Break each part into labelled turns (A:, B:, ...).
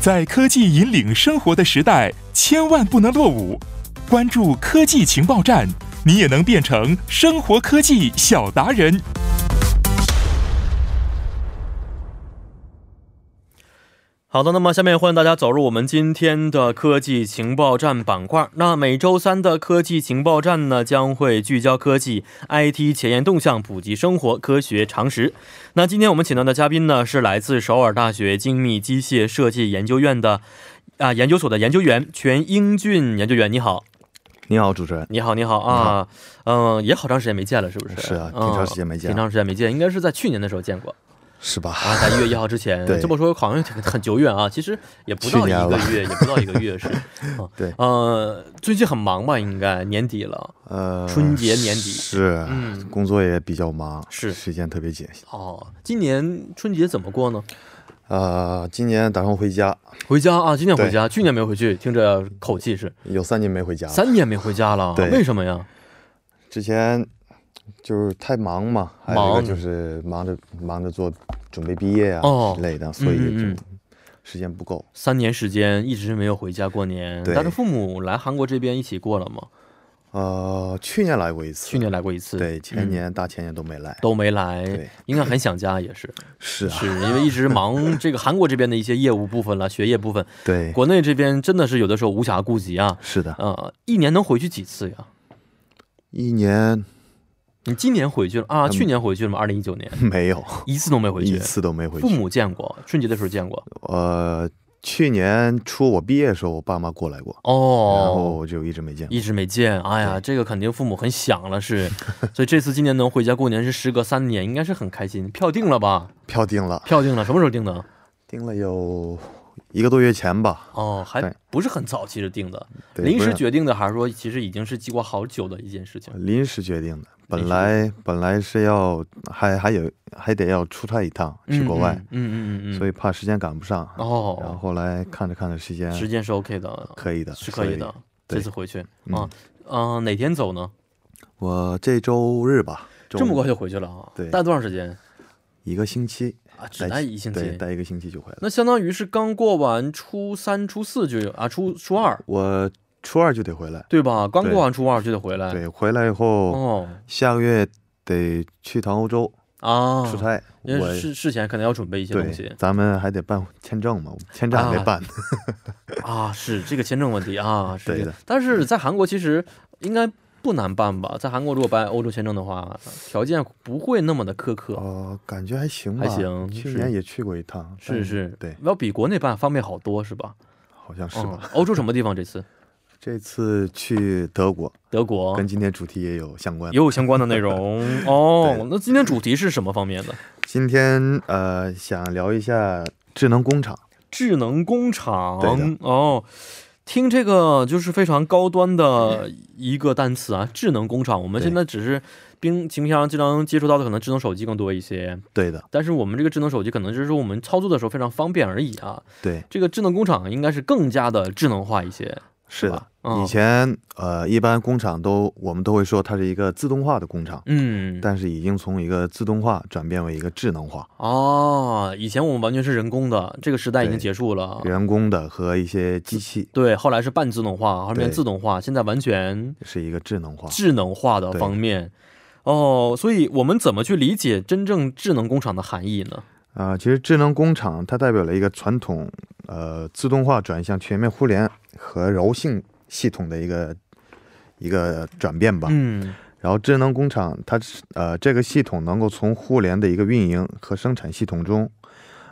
A: 在科技引领生活的时代，千万不能落伍。关注科技情报站，你也能变成生活科技小达人。
B: 好的，那么下面欢迎大家走入我们今天的科技情报站板块。那每周三的科技情报站呢，将会聚焦科技 IT 前沿动向，普及生活科学常识。那今天我们请到的嘉宾呢，是来自首尔大学精密机械设计研究院的啊、研究所的研究员全英俊研究员。你好，
C: 你好，主持人。
B: 你好，你好啊，嗯、也好长时间没见了，是不是？嗯
C: 是啊挺长时间没见
B: 挺长时间没见，应该是在去年的时候见过。
C: 是吧？
B: 啊，在一月一号之前，
C: 对
B: 这么说好像很很久远啊，其实也不到
C: 去
B: 一
C: 年
B: 个
C: 了
B: 月，也不到一个月 是。啊
C: 对
B: 呃，最近很忙吧？应该年底了。
C: 呃，
B: 春节年底
C: 是，
B: 嗯
C: 工作也比较忙，
B: 是
C: 时间特别紧。
B: 哦，今年春节怎么过呢？
C: 呃，今年打算回家，
B: 回家啊，今年回家，去年没回去，听这口气是
C: 有三年没回家了。
B: 三年没回家了，
C: 啊 对
B: 为什么呀？
C: 之前就是太忙嘛，还有一
B: 忙
C: 个就是忙着忙着做准备毕业啊
B: 哦
C: 之类的，所以就
B: 嗯
C: 时间不够。
B: 三年时间一直没有回家过年，
C: 对
B: 但是父母来韩国这边一起过了吗？
C: 呃，去年来过一次，
B: 去年来过一次，
C: 对，前
B: 嗯
C: 年大前年都没来。
B: 都没来
C: 对，
B: 应该很想家，也 是，
C: 是啊，
B: 是因为一直忙这个韩国这边的一些业务部分了，学业部分，
C: 对，
B: 国内这边真的是有的时候无暇顾及啊，
C: 是的，
B: 呃，一年能回去几次呀？
C: 一年
B: 你今年回去了啊？
C: 嗯
B: 去年回去了吗？二零一九年
C: 没有
B: 一次都没回
C: 一
B: 去，
C: 次都没回
B: 父
C: 去。
B: 母见过，春节的时候见过。
C: 呃，去年初我毕业的时候，我爸妈过来过。然
B: 哦，
C: 后就一直没见。
B: 一直没见，哎呀，
C: 对
B: 这个肯定父母很想了， 是，所以这次今年能回家过年是时隔三年，应该是很开心。票定了吧？
C: 票定了，
B: 票定了，什么时候定的？
C: 定了有一个多月前吧。
B: 哦，还
C: 对
B: 不是很早，其实定的，
C: 对
B: 临
C: 不
B: 时
C: 是
B: 决定的，还是说其实已经是计划好久的一件事情？
C: 临时决定的，
B: 临
C: 本
B: 时
C: 来本来是要还还有还得要出差一趟去呃国外，
B: 嗯，嗯嗯嗯嗯嗯，
C: 所
B: 以
C: 以怕时间赶不上。然后
B: 哦，
C: 后来看着看着时间
B: 时间是 OK 的，
C: 可以的，
B: 是可以的。
C: 所。
B: 这
C: 对
B: 次回去啊，嗯、
C: 嗯
B: 啊呃哪天走呢？
C: 我这周日吧，周
B: 这么
C: 五
B: 快就回去了啊？
C: 对
B: 待多长时间
C: 一个星期，
B: 啊？只待一星
C: 对，
B: 期，
C: 待一个星期就回来了。
B: 那相当于是刚过完初三、初四就有啊，初初二
C: 我初二就得回来，
B: 对吧？刚
C: 对
B: 过完初二就得回来。，
C: 对，回来以后
B: 哦
C: 下个月得去趟欧洲
B: 啊，
C: 出差，
B: 因
C: 我
B: 为事事前可能要准备一些东
C: 对
B: 西，
C: 咱们还得办签证嘛，签证还
B: 啊
C: 没办。
B: 啊，是这个签证问题啊，是这
C: 对
B: 个
C: 的。
B: 但是在韩国其实应该不难办吧？在韩国如果办欧洲签证的话，条件不会那么的苛刻。
C: 哦，感觉还行吧，
B: 还行
C: 去
B: 是
C: 年也去过一趟，
B: 是
C: 但
B: 是，
C: 对，
B: 要比国内办方便好多，是吧？
C: 好像是吧。
B: 嗯？欧洲什么地方？这 次
C: 这次去德国，
B: 德国
C: 跟今天主题也有相关
B: 也。哦有相关的内 容哦。那今天主题是什么方面的？
C: 今天呃，想聊一下智能工厂，
B: 智能工厂
C: 对
B: 哦。听这个就是非常高端的一个单词啊，智能工厂。我们
C: 对
B: 现在只是平平常经常接触到的可能智能手机更多一些，
C: 对的，
B: 但是我们这个智能手机可能就是说我们操作的时候非常方便而已啊。
C: 对，
B: 这个智能工厂应该是更加的智能化一些，
C: 是的
B: 吧。嗯
C: 以前呃，一般工厂都我们都会说它是一个自动化的工厂，
B: 嗯，
C: 但是已经从一个自动化转变为一个智能化，
B: 哦，以前我们完全是人工的，这个时代已经
C: 对
B: 结束了。
C: 人工的和一些机器
B: 对，后来是半自动化，后面
C: 对
B: 自动化，现在完全
C: 是一个智能化。
B: 智能化的
C: 对
B: 方面。哦，所以我们怎么去理解真正智能工厂的含义呢？
C: 啊、其实智能工厂它代表了一个传统呃自动化转向全面互联和柔性系统的一个一个转变吧。
B: 嗯，
C: 然后智能工厂它是呃这个系统能够从互联的一个运营和生产系统中，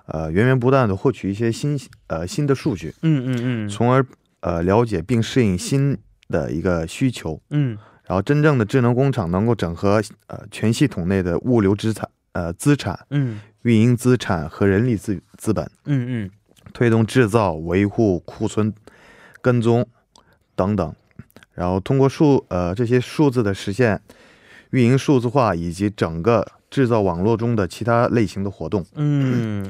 C: 呃源源不断的获取一些新呃新的数据，
B: 嗯嗯嗯，
C: 从而呃了解并适应新的一个需求。
B: 嗯，
C: 然后真正的智能工厂能够整合呃全系统内的物流资产呃资产、
B: 嗯
C: 运营资产和人力资资本。
B: 嗯嗯，
C: 推动制造、维护、库存、跟踪等等，然后通过数呃这些数字的实现，运营数字化以及整个制造网络中的其他类型的活动。
B: 嗯，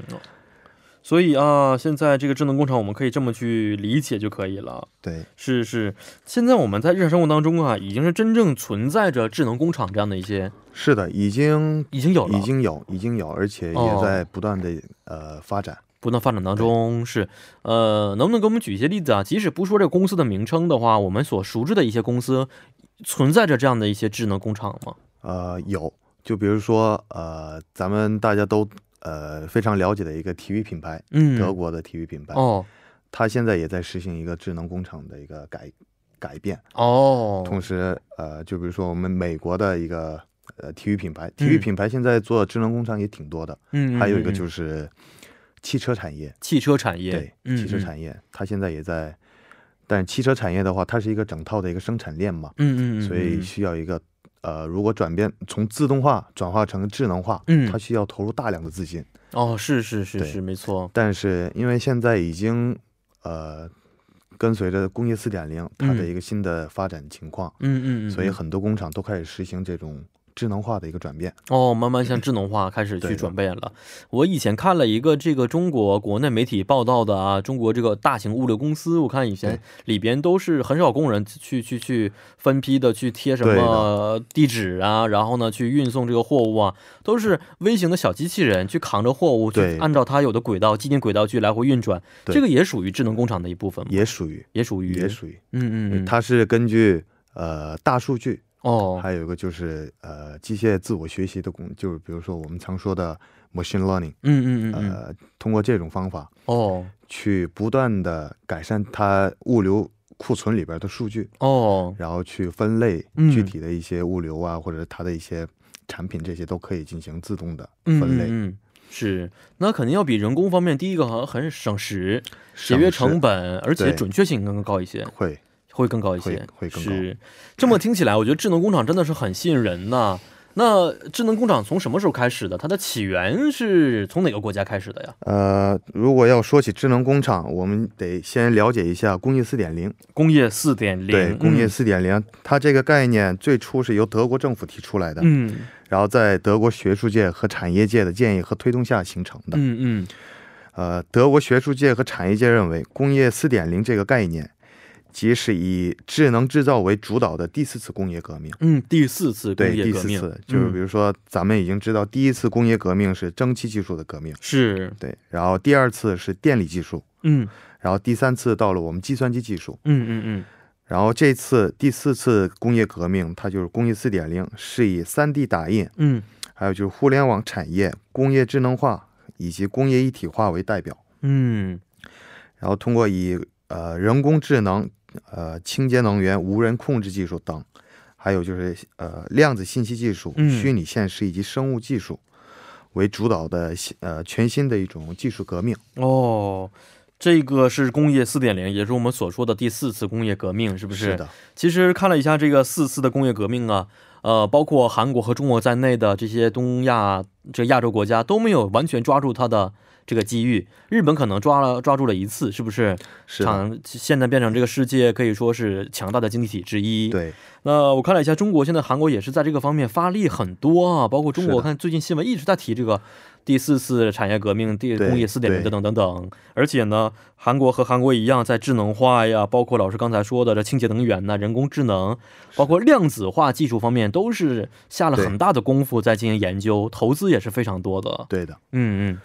B: 所以啊，现在这个智能工厂，我们可以这么去理解就可以了。
C: 对，
B: 是是，现在我们在日常生活当中啊，已经是真正存在着智能工厂这样的一些，
C: 是的，已经
B: 已经有了，
C: 已经有已经有，而且
B: 哦
C: 也在不断的、呃发展。
B: 不断发展当中。是，呃，能不能给我们举一些例子啊？即使不说这个公司的名称的话，我们所熟知的一些公司存在着这样的一些智能工厂吗？
C: 呃，有，就比如说呃，咱们大家都呃非常了解的一个体育品牌，
B: 嗯，
C: 德国的体育品牌，
B: 哦
C: 它现在也在实行一个智能工厂的一个改改变。
B: 哦，
C: 同时，呃，就比如说我们美国的一个呃体育品牌，体育品牌现在做智能工厂也挺多的，
B: 嗯，
C: 还有一个就是是汽车产业，
B: 汽车产业，
C: 对，
B: 嗯、
C: 汽车
B: 业，
C: 产业它现在也在，但汽车产业的话，它是一个整套的一个生产链嘛，
B: 嗯嗯，嗯
C: 所以
B: 嗯
C: 需要一个呃，如果转变从自动化转化成智能化，
B: 嗯
C: 它需要投入大量的资金，
B: 哦，是是是
C: 对
B: 是，没错，
C: 但是因为现在已经呃。跟随着工业四点零它
B: 嗯
C: 的一个新的发展情况，
B: 嗯嗯嗯，
C: 所以
B: 嗯
C: 很多工厂都开始实行这种智能化的一个转变。
B: 哦，慢 慢向智能化开始
C: 对
B: 去
C: 的
B: 准备了。我以前看了一个这个中国国内媒体报道的啊，中国这个大型物流公司，我看以前
C: 对
B: 里边都是很少工人去去去分批的去贴什
C: 对的
B: 么地址啊，然后呢去运送这个货物啊，都是微型的小机器人去扛着货物，去
C: 对
B: 按照它有的轨道既定轨道去来回运转。
C: 对
B: 这个也属于智能工厂的一部分吗？
C: 也属于，
B: 也属于，
C: 也属于，
B: 嗯嗯嗯，
C: 它是根据呃大数据，
B: 哦，
C: 还有一个就是呃机械自我学习的工，就是比如说我们常说的 machine learning，
B: 嗯嗯嗯嗯，
C: 呃，通过这种方法
B: 哦
C: 去不断的改善它物流库存里边的数据，
B: 哦，
C: 然后去分类
B: 嗯
C: 具体的一些物流啊，或者它的一些产品，这些都可以进行自动的
B: 嗯
C: 分类，
B: 嗯嗯是，那肯定要比人工方面，第一个好像很省时，节
C: 省
B: 约
C: 事
B: 成本，而且
C: 对
B: 准确性更高一些，
C: 会
B: 会更高一些，
C: 会会更高
B: 是，这么听起来，我觉得智能工厂真的是很吸引人呐、那智能工厂从什么时候开始的？它的起源是从哪个国家开始的呀？
C: 呃，如果要说起智能工厂，我们得先了解一下工业四点零。
B: 工业四点零，
C: 对，工业
B: 嗯
C: 四点零，它这个概念最初是由德国政府提出来的，
B: 嗯
C: 然后在德国学术界和产业界的建议和推动下形成的。
B: 嗯嗯，
C: 呃，德国学术界和产业界认为，工业四点零这个概念，即是以智能制造为主导的第四次工业革命。
B: 嗯，第四次工
C: 对，
B: 业
C: 第
B: 革
C: 四
B: 命，
C: 次就是比
B: 嗯、
C: 如说，咱们已经知道第一次工业革命是蒸汽技术的革命，
B: 是，
C: 对，然后第二次是电力技术，
B: 嗯
C: 然后第三次到了我们计算机技术，
B: 嗯嗯嗯，
C: 然后这次第四次工业革命，它就是工业四点零，是以三 D 打印，
B: 嗯
C: 还有就是互联网产业、工业智能化以及工业一体化为代表，
B: 嗯
C: 然后通过以呃人工智能、呃清洁能源、无人控制技术等，还有就是呃量子信息技术、
B: 嗯
C: 虚拟现实以及生物技术为主导的新呃全新的一种技术革命。
B: 哦，这个是工业四点零，也是我们所说的第四次工业革命，是不是？
C: 是。的，
B: 其实看了一下这个四次的工业革命啊，呃，包括韩国和中国在内的这些东亚这亚洲国家都没有完全抓住它的这个机遇。日本可能抓了抓住了一次，是不是？
C: 是的，
B: 厂现在变成这个世界可以说是强大的经济体之一。。
C: 对，
B: 那我看了一下，中国现在韩国也是在这个方面发力很多啊，包括中国，
C: 是的
B: 我看最近新闻一直在提这个第四次产业革命、第
C: 对
B: 工业四点零
C: 对
B: 等等等等。而且呢，韩国和韩国一样，在智能化呀，包括老师刚才说的这清洁能源呐、人工智能，包括量子化技术方面，都是下了
C: 对
B: 很大的功夫在进行研究，投资也是非常多的。
C: 对的。
B: 嗯嗯。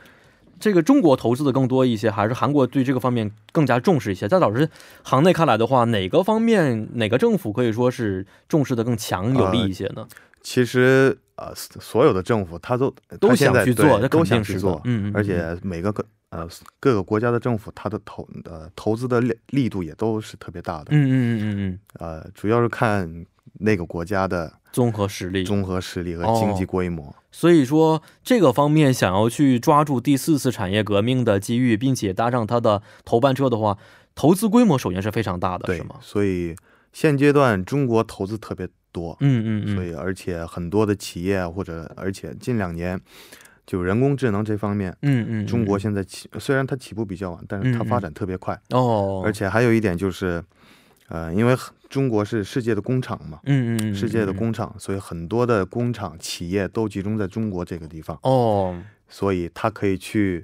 B: 这个中国投资的更多一些，还是韩国对这个方面更加重视一些？在老师行内看来的话，哪个方面哪个政府可以说是重视的更强有力一些呢？
C: 其实呃，所所有的政府他都
B: 都
C: 他现
B: 想
C: 在
B: 去
C: 对
B: 做，这肯
C: 都
B: 定
C: 想
B: 是
C: 去
B: 的
C: 做，
B: 嗯嗯，嗯
C: 而且每个个呃各个国家的政府，它的投呃投资的力力度也都是特别大的，
B: 嗯嗯嗯嗯嗯，
C: 呃，主要是看那个国家的
B: 综合实力。
C: 综合实力和经
B: 哦
C: 济规模。
B: 所以说，这个方面想要去抓住第四次产业革命的机遇，并且搭上它的头班车的话，投资规模首先是非常大的，
C: 对
B: 是吗，？
C: 所以现阶段中国投资特别多，
B: 嗯嗯嗯，
C: 所以而且很多的企业啊或者而且近两年就人工智能这方面。
B: 嗯嗯，嗯
C: 中国现在起，虽然它起步比较晚，但是它
B: 嗯嗯
C: 发展特别快。
B: 哦，
C: 而且还有一点就是，呃，因为很中国是世界的工厂嘛，
B: 嗯嗯嗯，
C: 世界的
B: 嗯
C: 工厂，所以很多的工厂企业都集中在中国这个地方，
B: 哦，
C: 所以它可以去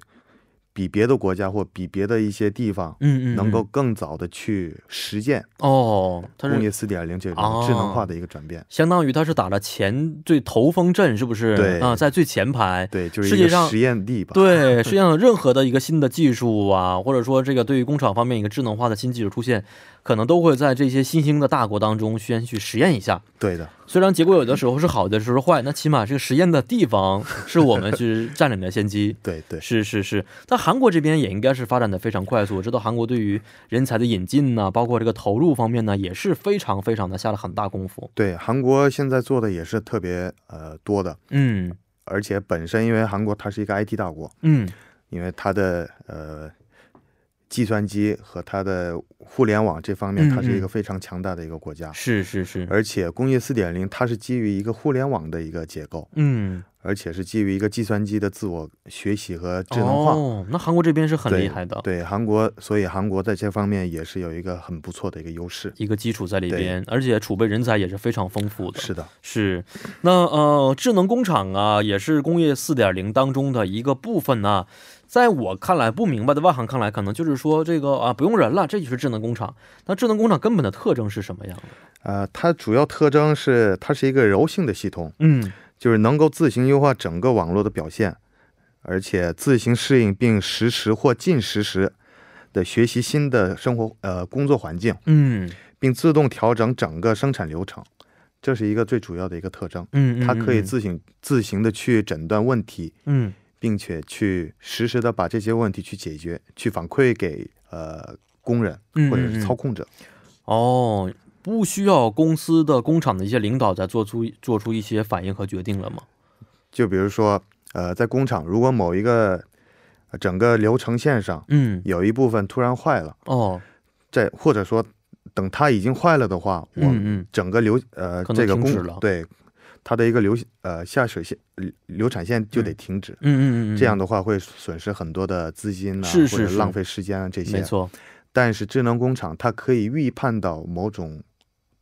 C: 比别的国家或比别的一些地方
B: 嗯嗯，
C: 能够更早的去实践
B: 哦，它
C: 工业
B: 是
C: 四点零这
B: 哦
C: 种智能化的一个转变。
B: 相当于它是打着前最头锋阵，是不是？
C: 对
B: 啊，在最前排。
C: 对，就是
B: 世
C: 一
B: 界
C: 个
B: 上
C: 实验地吧。
B: 对，实际上任何的一个新的技术啊，或者说这个对于工厂方面一个智能化的新技术出现，可能都会在这些新兴的大国当中先去实验一下。
C: 对的，
B: 虽然结果有的时候是好，有的时候是坏，那起码这个实验的地方是我们去占领了先机。
C: 对对
B: 是是是，但韩国这边也应该是发展的非常快速。我知道韩国对于人才的引进呢、包括这个投入方面呢，也是非常非常的下了很大功夫。
C: 对，韩国现在做的也是特别呃多的，
B: 嗯
C: 而且本身因为韩国它是一个 IT 大国，
B: 嗯，
C: 因为它的呃计算机和它的互联网这方面，
B: 嗯
C: 它是一
B: 嗯
C: 个非常强大的一个国家。
B: 是是是，
C: 而且工业四点零它是基于一个互联网的一个结构，
B: 嗯，
C: 而且是基于一个计算机的自我学习和智能化。
B: 哦，那韩国这边是很
C: 对
B: 厉害的。
C: 对韩国，所以韩国在这方面也是有一个很不错的一个优势。
B: 一个基础在里边，而且储备人才也是非常丰富的。
C: 是的，
B: 是，那呃，智能工厂啊，也是工业四点零当中的一个部分呢、在我看来，不明白的外行看来，可能就是说这个啊，不用人了，这就是智能工厂。那智能工厂根本的特征是什么样的？
C: 呃，它主要特征是它是一个柔性的系统，
B: 嗯，
C: 就是能够自行优化整个网络的表现，而且自行适应并实时或近实时的学习新的生活呃工作环境，
B: 嗯
C: 并自动调整整个生产流程，这是一个最主要的一个特征。
B: 嗯，
C: 它可以
B: 嗯
C: 自行自行的去诊断问题，
B: 嗯
C: 并且去实时的把这些问题去解决，去反馈给呃工人
B: 嗯
C: 或者是
B: 嗯
C: 操控者。
B: 哦，不需要公司的工厂的一些领导再做出做出一些反应和决定了吗？
C: 就比如说，呃，在工厂如果某一个呃整个流程线上
B: 嗯，
C: 有一部分突然坏了，
B: 哦，
C: 在或者说等它已经坏了的话，我
B: 嗯
C: 们
B: 嗯，
C: 整个流呃
B: 可能
C: 这个
B: 停止了
C: 工对它的一个流呃下水线流流产线就得停止。
B: 嗯嗯嗯，
C: 这样的话会损失很多的资金呐、
B: 是是
C: 或者
B: 是
C: 浪费时间啊这些。
B: 没错，
C: 但是智能工厂它可以预判到某种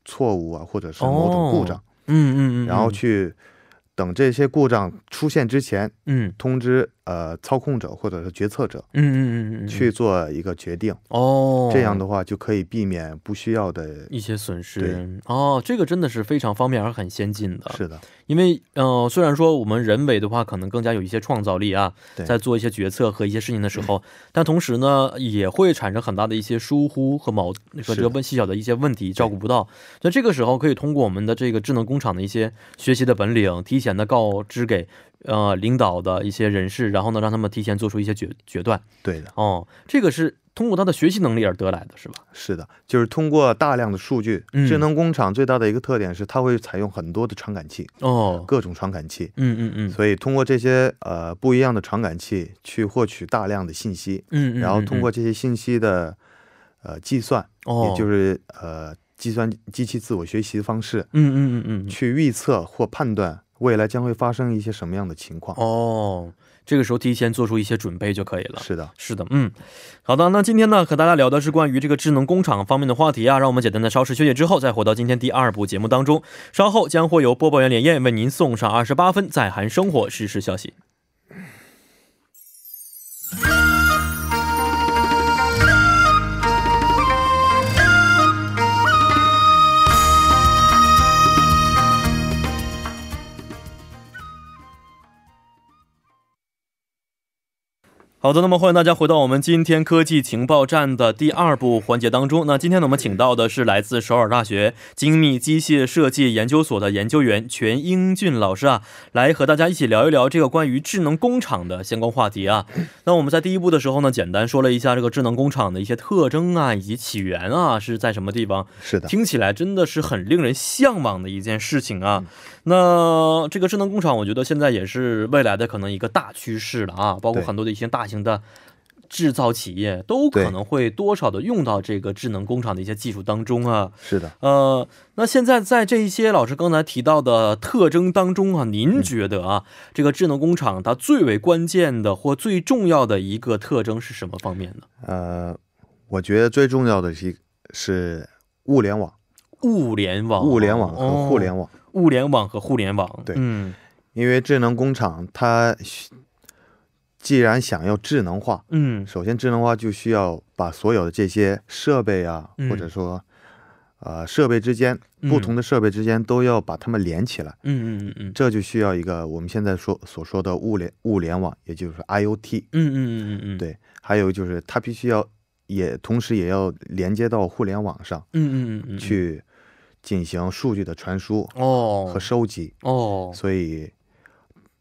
C: 错误啊，或者是某种故障，
B: 嗯嗯嗯，
C: 然后
B: 嗯
C: 去等这些故障出现之前，
B: 嗯
C: 通知呃操控者或者是决策者
B: 嗯嗯嗯嗯，
C: 去做一个决定，
B: 哦，
C: 这样的话就可以避免不需要的。
B: 一些损失哦，这个真的是非常方便而很先进的。
C: 是的，
B: 因为呃，虽然说我们人为的话可能更加有一些创造力啊，
C: 对嗯
B: 在做一些决策和一些事情的时候，但同时呢，也会产生很大的一些疏忽和矛和这
C: 是
B: 个
C: 的
B: 问细小的一些问题照顾不到。那这个时候可以通过我们的这个智能工厂的一些学习的本领，提前的告知给呃领导的一些人士，然后呢，让他们提前做出一些决决断。
C: 对的，
B: 哦，这个是通过他的学习能力而得来的，是吧？
C: 是的，就是通过大量的数据，
B: 嗯
C: 智能工厂最大的一个特点是它会采用很多的传感器，
B: 哦，
C: 各种传感器，
B: 嗯嗯嗯。
C: 所以通过这些呃不一样的传感器去获取大量的信息，
B: 嗯，嗯
C: 然后
B: 嗯
C: 通
B: 嗯
C: 过这些信息的呃计算，
B: 哦，
C: 也就是呃计算机器自我学习方式，
B: 嗯嗯嗯嗯，
C: 去预测或判断未来将会发生一些什么样的情况。
B: 哦，这个时候提前做出一些准备就可以了。
C: 是的，
B: 是的，嗯，好的，那今天呢和大家聊的是关于这个智能工厂方面的话题啊，让我们简单的稍事休息之后，再回到今天第二部节目当中。稍后将会由播报员连燕为您送上二十八分在韩生活实时消息。好的，那么欢迎大家回到我们今天科技情报站的第二部环节当中。那今天呢，我们请到的是来自首尔大学精密机械设计研究所的研究员全英俊老师啊，来和大家一起聊一聊这个关于智能工厂的相关话题啊。那我们在第一部的时候呢，简单说了一下这个智能工厂的一些特征啊，以及起源啊是在什么地方。
C: 是的，
B: 听起来真的是很令人向往的一件事情
C: 嗯
B: 啊。那这个智能工厂，我觉得现在也是未来的可能一个大趋势了啊，包括
C: 对
B: 很多的一些大型的。制造企业都可
C: 对
B: 能会多少的用到这个智能工厂的一些技术当中啊，
C: 是的。
B: 呃，那现在在这一些老师刚才提到的特征当中啊，您觉得
C: 嗯
B: 啊，这个智能工厂它最为关键的或最重要的一个特征是什么方面呢？
C: 呃，我觉得最重要的是一是物联网、
B: 物联网，
C: 物联网和互
B: 哦
C: 联网，
B: 物联网和互联网，
C: 对
B: 嗯，
C: 因为智能工厂它需既然想要智能化，
B: 嗯
C: 首先智能化就需要把所有的这些设备啊，
B: 嗯
C: 或者说呃设备之间
B: 嗯
C: 不同的设备之间都要把它们连起来，
B: 嗯嗯嗯嗯
C: 这就需要一个我们现在说所说的物联物联网，也就是 IOT。
B: 嗯嗯嗯嗯，
C: 对还有就是它必须要也同时也要连接到互联网上
B: 嗯，嗯嗯嗯嗯，
C: 去进行数据的传输
B: 哦
C: 和收集，
B: 哦，
C: 所以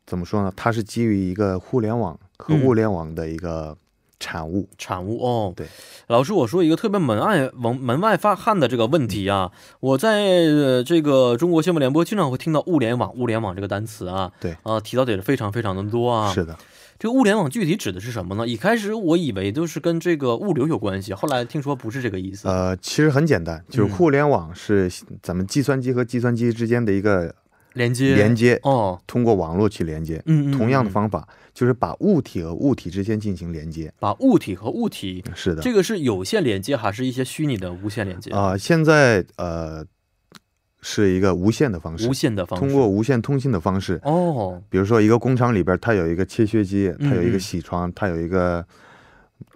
C: 怎么说呢？它是基于一个互联网和
B: 嗯
C: 物联网的一个产物。
B: 产物哦，
C: 对，
B: 老师，我说一个特别门外门门外发汗的这个问题啊，我在、呃这个中国新闻联播经常会听到物联网、物联网这个单词啊，
C: 对
B: 啊、提到的也是非常非常的多啊。
C: 是的，
B: 这个物联网具体指的是什么呢？一开始我以为就是跟这个物流有关系，后来听说不是这个意思。
C: 呃，其实很简单，就是
B: 嗯
C: 互联网是咱们计算机和计算机之间的一个
B: 连接，
C: 连接，
B: 哦，
C: 通过网络去连接。
B: 嗯，嗯
C: 同样的
B: 嗯
C: 方法就是把物体和物体之间进行连接。
B: 把物体和物体，
C: 是的，
B: 这个是有线连接还是一些虚拟的无线连接？
C: 啊、现在呃是一个无线的方式
B: 无，线的方式。
C: 通过无线通信的方式，
B: 哦，
C: 比如说一个工厂里边儿它有一个切削机，它有一
B: 嗯嗯
C: 个铣床，它有一个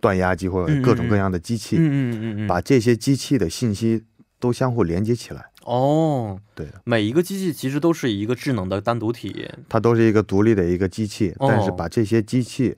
C: 锻压机或者各种各样的机器，
B: 嗯嗯嗯嗯嗯，
C: 把这些机器的信息都相互连接起来。
B: 哦，
C: 对的，
B: 每一个机器其实都是一个智能的单独体。
C: 它都是一个独立的一个机器，但是
B: 哦
C: 把这些机器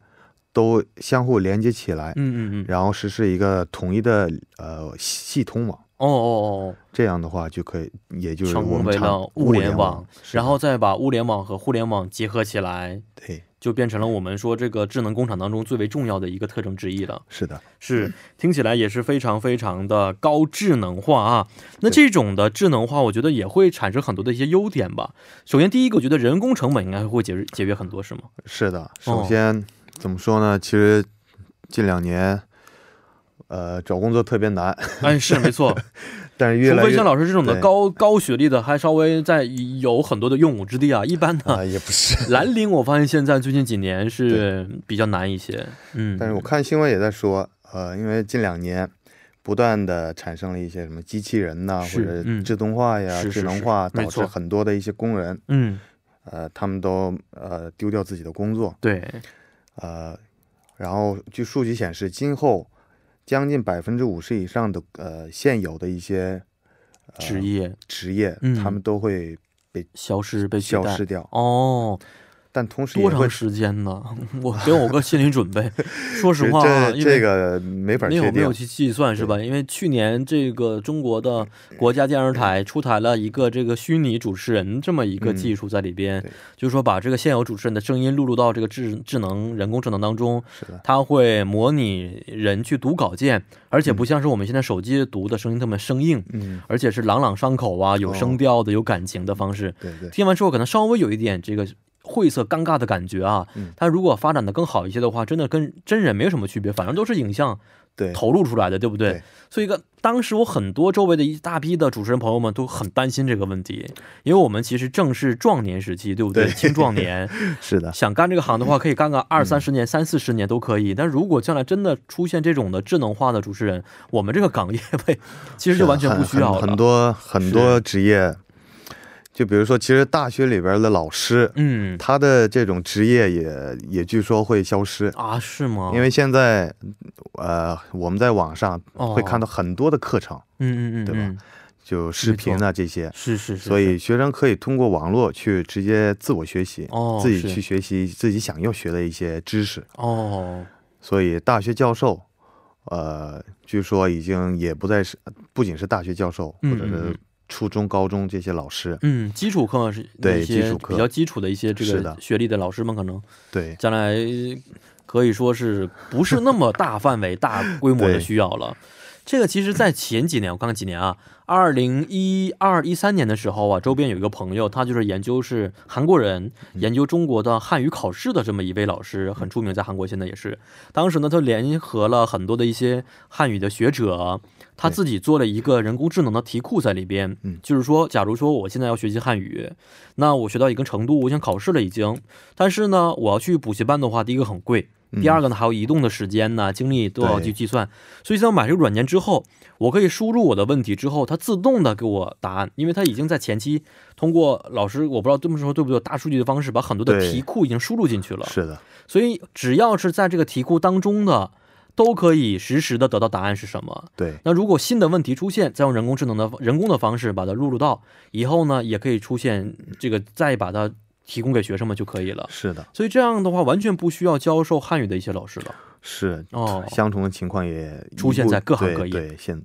C: 都相互连接起来，
B: 嗯嗯嗯，
C: 然后实施一个统一的呃系统网。
B: 哦哦哦，
C: 这样的话就可以，也就是
B: 成
C: 我
B: 功
C: 们
B: 为
C: 常
B: 了物联
C: 联
B: 网，
C: 是的
B: 然后再把物联网和互联网结合起来，
C: 对，
B: 就变成了我们说这个智能工厂当中最为重要的一个特征之一了。
C: 是的，
B: 是，听起来也是非常非常的高智能化啊。那这种的智能化，我觉得也会产生很多的一些优点吧。首先，第一个，我觉得人工成本应该会节约节约很多，是吗？
C: 是的。
B: 哦
C: 首先、怎么说呢？其实近两年，呃，找工作特别难，
B: 哎，是没错，
C: 但是越
B: 除
C: 来
B: 非
C: 越
B: 像老师这种的
C: 对
B: 高高学历的，还稍微在有很多的用武之地啊。一般
C: 啊、
B: 的
C: 也不是。
B: 蓝领，我发现现在最近几年是比较难一些。嗯，
C: 但是我看新闻也在说，呃，因为近两年不断的产生了一些什么机器人呐、
B: 是
C: 或者
B: 嗯
C: 自动化呀、
B: 是是
C: 智能化，
B: 是没
C: 导致
B: 错
C: 很多的一些工人，
B: 嗯，
C: 呃，他们都呃丢掉自己的工作，
B: 对，
C: 呃，然后据数据显示，今后将近百分之五十以上的呃现有的一些
B: 职业
C: 职业，
B: 嗯
C: 他们都会
B: 消失被取
C: 消
B: 代
C: 失掉，
B: 哦，
C: 但同时也
B: 多
C: 会
B: 长时间呢？ 我给我个心理准备。说实话啊，
C: 这
B: 因
C: 这
B: 为
C: 个没法
B: 没有
C: 确
B: 没有
C: 定，
B: 去计算是吧？因为去年这个中国的国家电视台出台了一个这个虚拟主持人这么一个技术在里边，
C: 嗯对
B: 就是说把这个现有主持人的声音录入到这个智智能人工智能当中，
C: 是的，
B: 它会模拟人去读稿件，而且不像是我们现在手机读的声音那么生硬，
C: 嗯，
B: 而且是朗朗上口啊，有声调的、有感情的方式。
C: 哦对对，
B: 听完之后，可能稍微有一点这个晦涩、尴尬的感觉啊
C: 嗯。
B: 它如果发展的更好一些的话，真的跟真人没有什么区别，反正都是影像
C: 对，
B: 投入出来的，对不对？
C: 对
B: 所以个当时我很多周围的一大批的主持人朋友们都很担心这个问题，因为我们其实正是壮年时期，对不对？
C: 对
B: 青壮 年
C: 是的，
B: 想干这个行的话，可以干个二三十年、
C: 嗯
B: 三四十年都可以。但如果将来真的出现这种的智能化的主持人，我们这个岗业被其实
C: 是
B: 就
C: 的
B: 完全
C: 很
B: 不需要了。
C: 很很多很多职业，就比如说，其实大学里边的老师，
B: 嗯
C: 他的这种职业也也据说会消失，
B: 啊，是吗？
C: 因为现在，呃，我们在网上
B: 哦
C: 会看到很多的课程，
B: 嗯嗯嗯，
C: 对吧
B: 嗯？
C: 就视频啊这些，
B: 是是是，
C: 所以学生可以通过网络去直接自我学习，
B: 哦
C: 自己
B: 是
C: 去学习自己想要学的一些知识。
B: 哦，
C: 所以大学教授，呃，据说已经也不再是，不仅是大学教授，
B: 嗯
C: 或者
B: 嗯
C: 是
B: 嗯
C: 初中、高中这些老师，
B: 嗯，基础课是
C: 对
B: 一些
C: 基础课
B: 比较基础的一些这
C: 是
B: 个
C: 的
B: 学历的老师们可能
C: 对，
B: 将来可以说是不是那么大范围、大规模的
C: 对
B: 需要了。这个其实，在前几年，我看看几年啊，二零一二一三年的时候啊，周边有一个朋友，他就是研究是韩国人，研究中国的汉语考试的这么一位老师，很出名，在韩国现在也是。当时呢，他联合了很多的一些汉语的学者，他自己做了一个人工智能的题库在里边
C: 嗯，
B: 就是说，假如说我现在要学习汉语，那我学到一个程度，我想考试了已经，但是呢，我要去补习班的话，第一个很贵，第二个呢还有移动的时间呢、精力都要去
C: 嗯对
B: 计算。所以，在我买这个软件之后，我可以输入我的问题之后，它它自动的给我答案，因为它已经在前期通过老师，我不知道这么说对不对，大数据的方式把很多的
C: 对
B: 题库已经输入进去了，
C: 是的，
B: 所以只要是在这个题库当中的，都可以实时的得到答案是什么。
C: 对，
B: 那如果新的问题出现，再用人工智能的人工的方式把它录入到以后呢，也可以出现这个，再把它提供给学生们就可以了。
C: 是的，
B: 所以这样的话，完全不需要教授汉语的一些老师了。
C: 是
B: 哦，
C: 相同的情况也
B: 出现
C: 一步
B: 在各行
C: 对
B: 各业
C: 对，现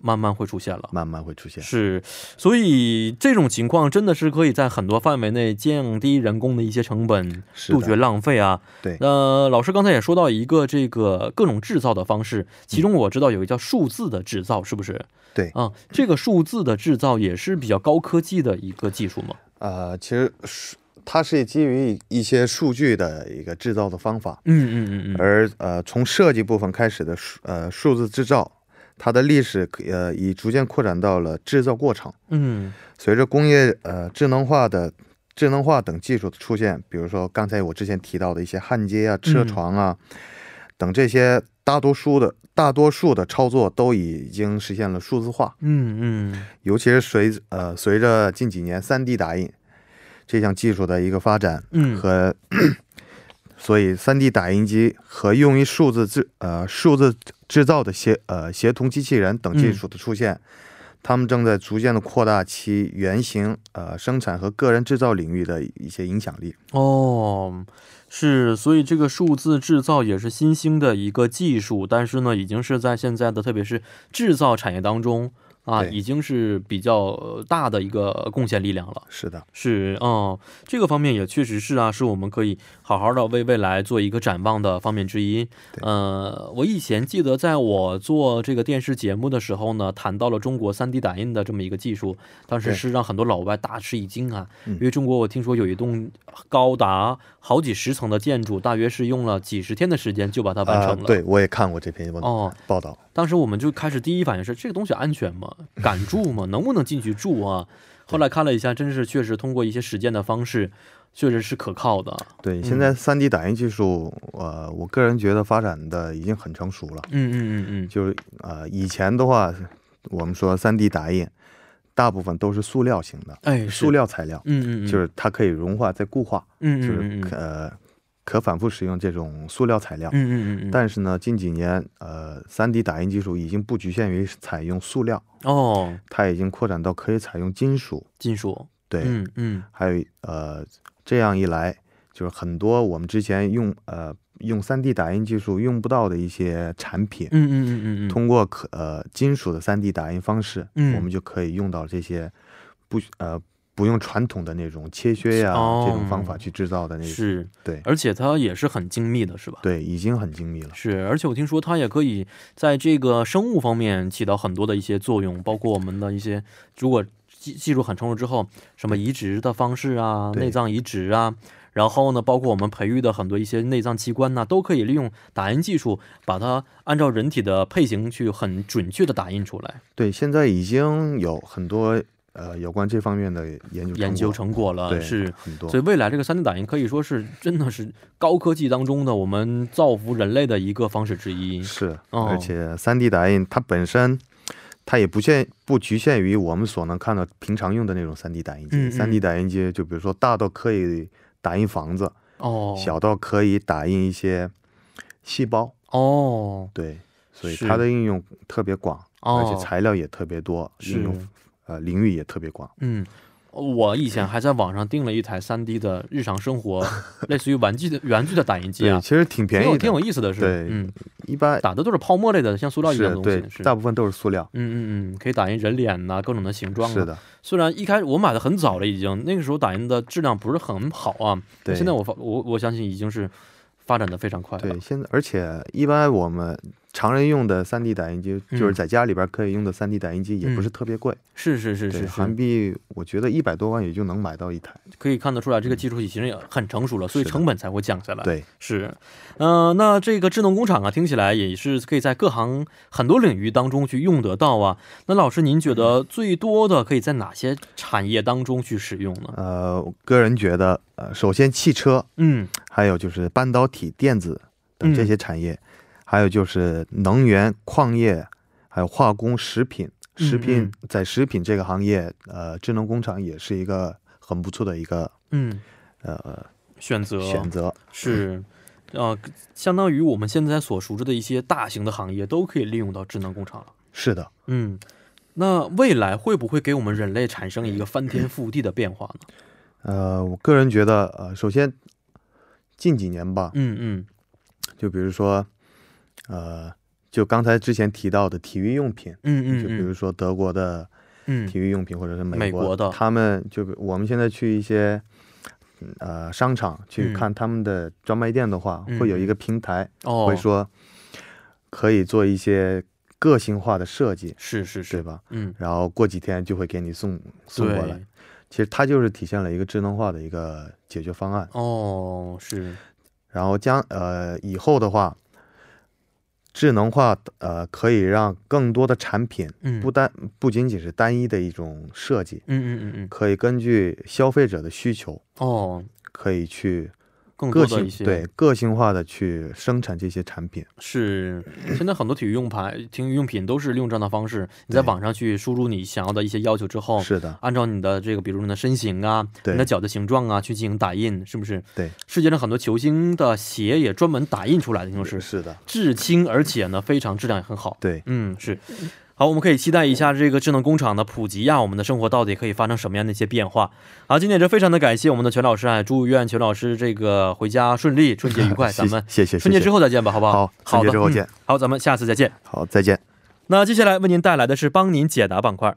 B: 慢慢会出现了。
C: 慢慢会出现。
B: 是，所以这种情况真的是可以在很多范围内降低人工的一些成本，
C: 是的
B: 杜绝浪费啊。
C: 对
B: 那、老师刚才也说到一个这个各种制造的方式，其中我知道有一个叫数字的制造，是不是？
C: 嗯对
B: 啊，这个数字的制造也是比较高科技的一个技术嘛。
C: 呃，其实数它是基于一些数据的一个制造的方法，
B: 嗯嗯嗯嗯，
C: 而呃从设计部分开始的数呃数字制造，它的历史呃已逐渐扩展到了制造过程。
B: 嗯，
C: 随着工业呃智能化的智能化等技术的出现，比如说刚才我之前提到的一些焊接啊、车床啊、等这些大多数的大多数的操作都已经实现了数字化，
B: 嗯嗯，
C: 尤其是随呃随着近几年 3D 打印这项技术的一个发展
B: 嗯
C: 和、 所以 3D 打印机和用于数字制呃数字制造的协呃协同机器人等技
B: 嗯
C: 术的出现，他们正在逐渐的扩大其原型呃生产和个人制造领域的一些影响力。
B: 哦，是，所以这个数字制造也是新兴的一个技术，但是呢，已经是在现在的特别是制造产业当中啊，
C: 对
B: 已经是比较呃大的一个贡献力量了。
C: 是的，
B: 是，嗯，这个方面也确实是啊，是我们可以好好的为未来做一个展望的方面之一。呃，我以前记得在我做这个电视节目的时候呢，谈到了中国 3D 打印的这么一个技术，当时
C: 对
B: 是让很多老外大吃一惊啊，
C: 嗯
B: 因为中国我听说有一栋高达好几十层的建筑，大约是用了几十天的时间就把它完
C: 啊、
B: 成了。
C: 对我也看过这篇文、
B: 哦，
C: 报道。
B: 当时我们就开始第一反应是这个东西安全 吗？敢住吗？能不能进去住啊？后来看了一下，真是确实通过一些实践的方式，确实是可靠的。
C: 对，现在 3D 打印技术，呃，我个人觉得发展的已经很成熟了。
B: 嗯嗯嗯
C: 就是呃，以前的话，我们说 3D 打印，大部分都是塑料型的，
B: 嗯，哎，
C: 塑
B: 量，
C: 料材料，
B: 嗯嗯嗯，
C: 就是它可以融化再固化，
B: 嗯
C: 就
B: 嗯
C: 是
B: 嗯
C: 可、呃、可反复使用这种塑料材料。
B: 嗯嗯嗯，
C: 但是呢，近几年，呃，3D 打印技术已经不局限于采用塑料，
B: 哦，
C: 它已经扩展到可以采用金属，
B: 金属，
C: 对，
B: 嗯嗯
C: 还有呃，这样一来，就是很多我们之前用呃用 3D 打印技术用不到的一些产品，
B: 嗯嗯嗯嗯嗯，
C: 通过可呃金属的 3D 打印方式，
B: 嗯
C: 我们就可以用到这些不呃不用传统的那种切削呀、
B: 哦
C: 这种方法去制造的那种，
B: 是，
C: 对
B: 而且它也是很精密的，是吧？
C: 对，已经很精密了。
B: 是，而且我听说它也可以在这个生物方面起到很多的一些作用，包括我们的一些如果技技术很成熟之后，什么移植的方式啊，
C: 对
B: 内脏移植啊，然后呢，包括我们培育的很多一些内脏器官呐、都可以利用打印技术把它按照人体的配型去很准确的打印出来，
C: 对，现在已经有很多呃有关这方面的研究
B: 研究
C: 成
B: 成果
C: 果
B: 了，
C: 对
B: 是。
C: 很多
B: 所以未来这个 3D 打印可以说是真的是高科技当中的我们造福人类的一个方式之一。
C: 是，
B: 哦
C: 而且 3D 打印它本身。它也不限不局限于我们所能看到平常用的那种 3D 打印机。
B: 嗯嗯
C: 3D 打印机就比如说大到可以打印房子，
B: 哦，
C: 小到可以打印一些细胞。
B: 哦，
C: 对，所以
B: 是
C: 它的应用特别广，而
B: 哦
C: 且材料也特别多，
B: 是
C: 应用呃领域也特别广。
B: 嗯，我以前还在网上订了一台3 D 的日常生活，类似于玩具的玩具的打印机啊
C: 对，，其实挺
B: 挺
C: 便
B: 有
C: 宜
B: 挺有
C: 的，
B: 意思的是，
C: 对
B: 嗯，
C: 一般
B: 打的都是泡沫类的，像塑料一样
C: 是
B: 的东
C: 对
B: 西，是，，
C: 大部分都是塑料。
B: 嗯嗯嗯，可以打印人脸呐、各种的形状、啊。
C: 是，的，
B: 虽然一开始我买的很早了，已经那个时候打印的质量不是很好啊，
C: 对
B: 现在我发我我相信已经是发展的非常快了
C: 对，，现在而且一般我们常人用的 3D 打印机，
B: 嗯
C: 就是在家里边可以用的 3D 打印机，也不是特别贵，
B: 是是是
C: 对，
B: 是
C: 韩
B: 是，
C: 币我觉得一百多万也就能买到一台。
B: 可以看得出来这个技术已经也很成熟了，所以
C: 嗯是的
B: 成本才会降下来。
C: 对，
B: 是，呃，那这个智能工厂啊，听起来也是可以在各行很多领域当中去用得到啊。那老师，您觉得
C: 嗯
B: 最多的可以在哪些产业当中去使用呢？
C: 呃，我个人觉得，呃，首先汽车，
B: 嗯，
C: 还有就是半导体、电子等这些产业，还有就是能源、矿业，还有化工、食品、食品
B: 嗯
C: 在食品这个行业，呃，智能工厂也是一个很不错的一个
B: 嗯，
C: 呃
B: 选择
C: 选择。
B: 是。呃，相当于我们现在所熟知的一些大型的行业都可以利用到智能工厂了。
C: 是的，
B: 嗯，那未来会不会给我们人类产生一个翻天覆地的变化呢？
C: 呃，我个人觉得，呃，首先近几年吧，
B: 嗯嗯，
C: 就比如说，呃，就刚才之前提到的体育用品，
B: 嗯嗯，
C: 就比如说德国的
B: 嗯
C: 体育用品，或者是
B: 美
C: 国
B: 国的
C: 他们就我们现在去一些嗯呃商场去
B: 嗯
C: 看他们的专卖店的话，
B: 嗯
C: 会有一个平台
B: 哦，
C: 会说可以做一些个性化的设计，
B: 是是
C: 对
B: 是，
C: 吧？
B: 嗯，
C: 然后过几天就会给你送送过来
B: 对。，
C: 其实它就是体现了一个智能化的一个解决方案。
B: 哦，是，
C: 然后将呃以后的话，智能化呃可以让更多的产品
B: 嗯，
C: 不单不仅仅是单一的一种设计，
B: 嗯嗯嗯嗯，
C: 可以根据消费者的需求，
B: 哦，
C: 可以去
B: 更多
C: 个
B: 的一
C: 性
B: 些
C: 对个性化的去生产这些产品。
B: 是，现在很多体育用牌、体育用品都是利用这样的方式，你在
C: 对
B: 网上去输入你想要的一些要求之后，
C: 是的，
B: 按照你的这个，比如你的身形啊，
C: 对
B: 你的脚的形状啊，去进行打印，是不是？
C: 对，
B: 世界上很多球星的鞋也专门打印出来的，听说是
C: 是的，
B: 至轻，而且呢非常质量也很好。
C: 对，
B: 嗯，是。好，我们可以期待一下这个智能工厂的普及呀、我们的生活到底可以发生什么样的一些变化？好，今天也是非常的感谢我们的全老师啊，祝愿全老师这个回家顺利，春节愉快。咱们
C: 啊谢谢谢谢
B: 春节之
C: 后
B: 后再见吧，好不好？
C: 好春节
B: 的，
C: 之后见
B: 嗯好，咱们下次再见。
C: 好再见。
B: 那接下来为您带来的是帮您解答板块。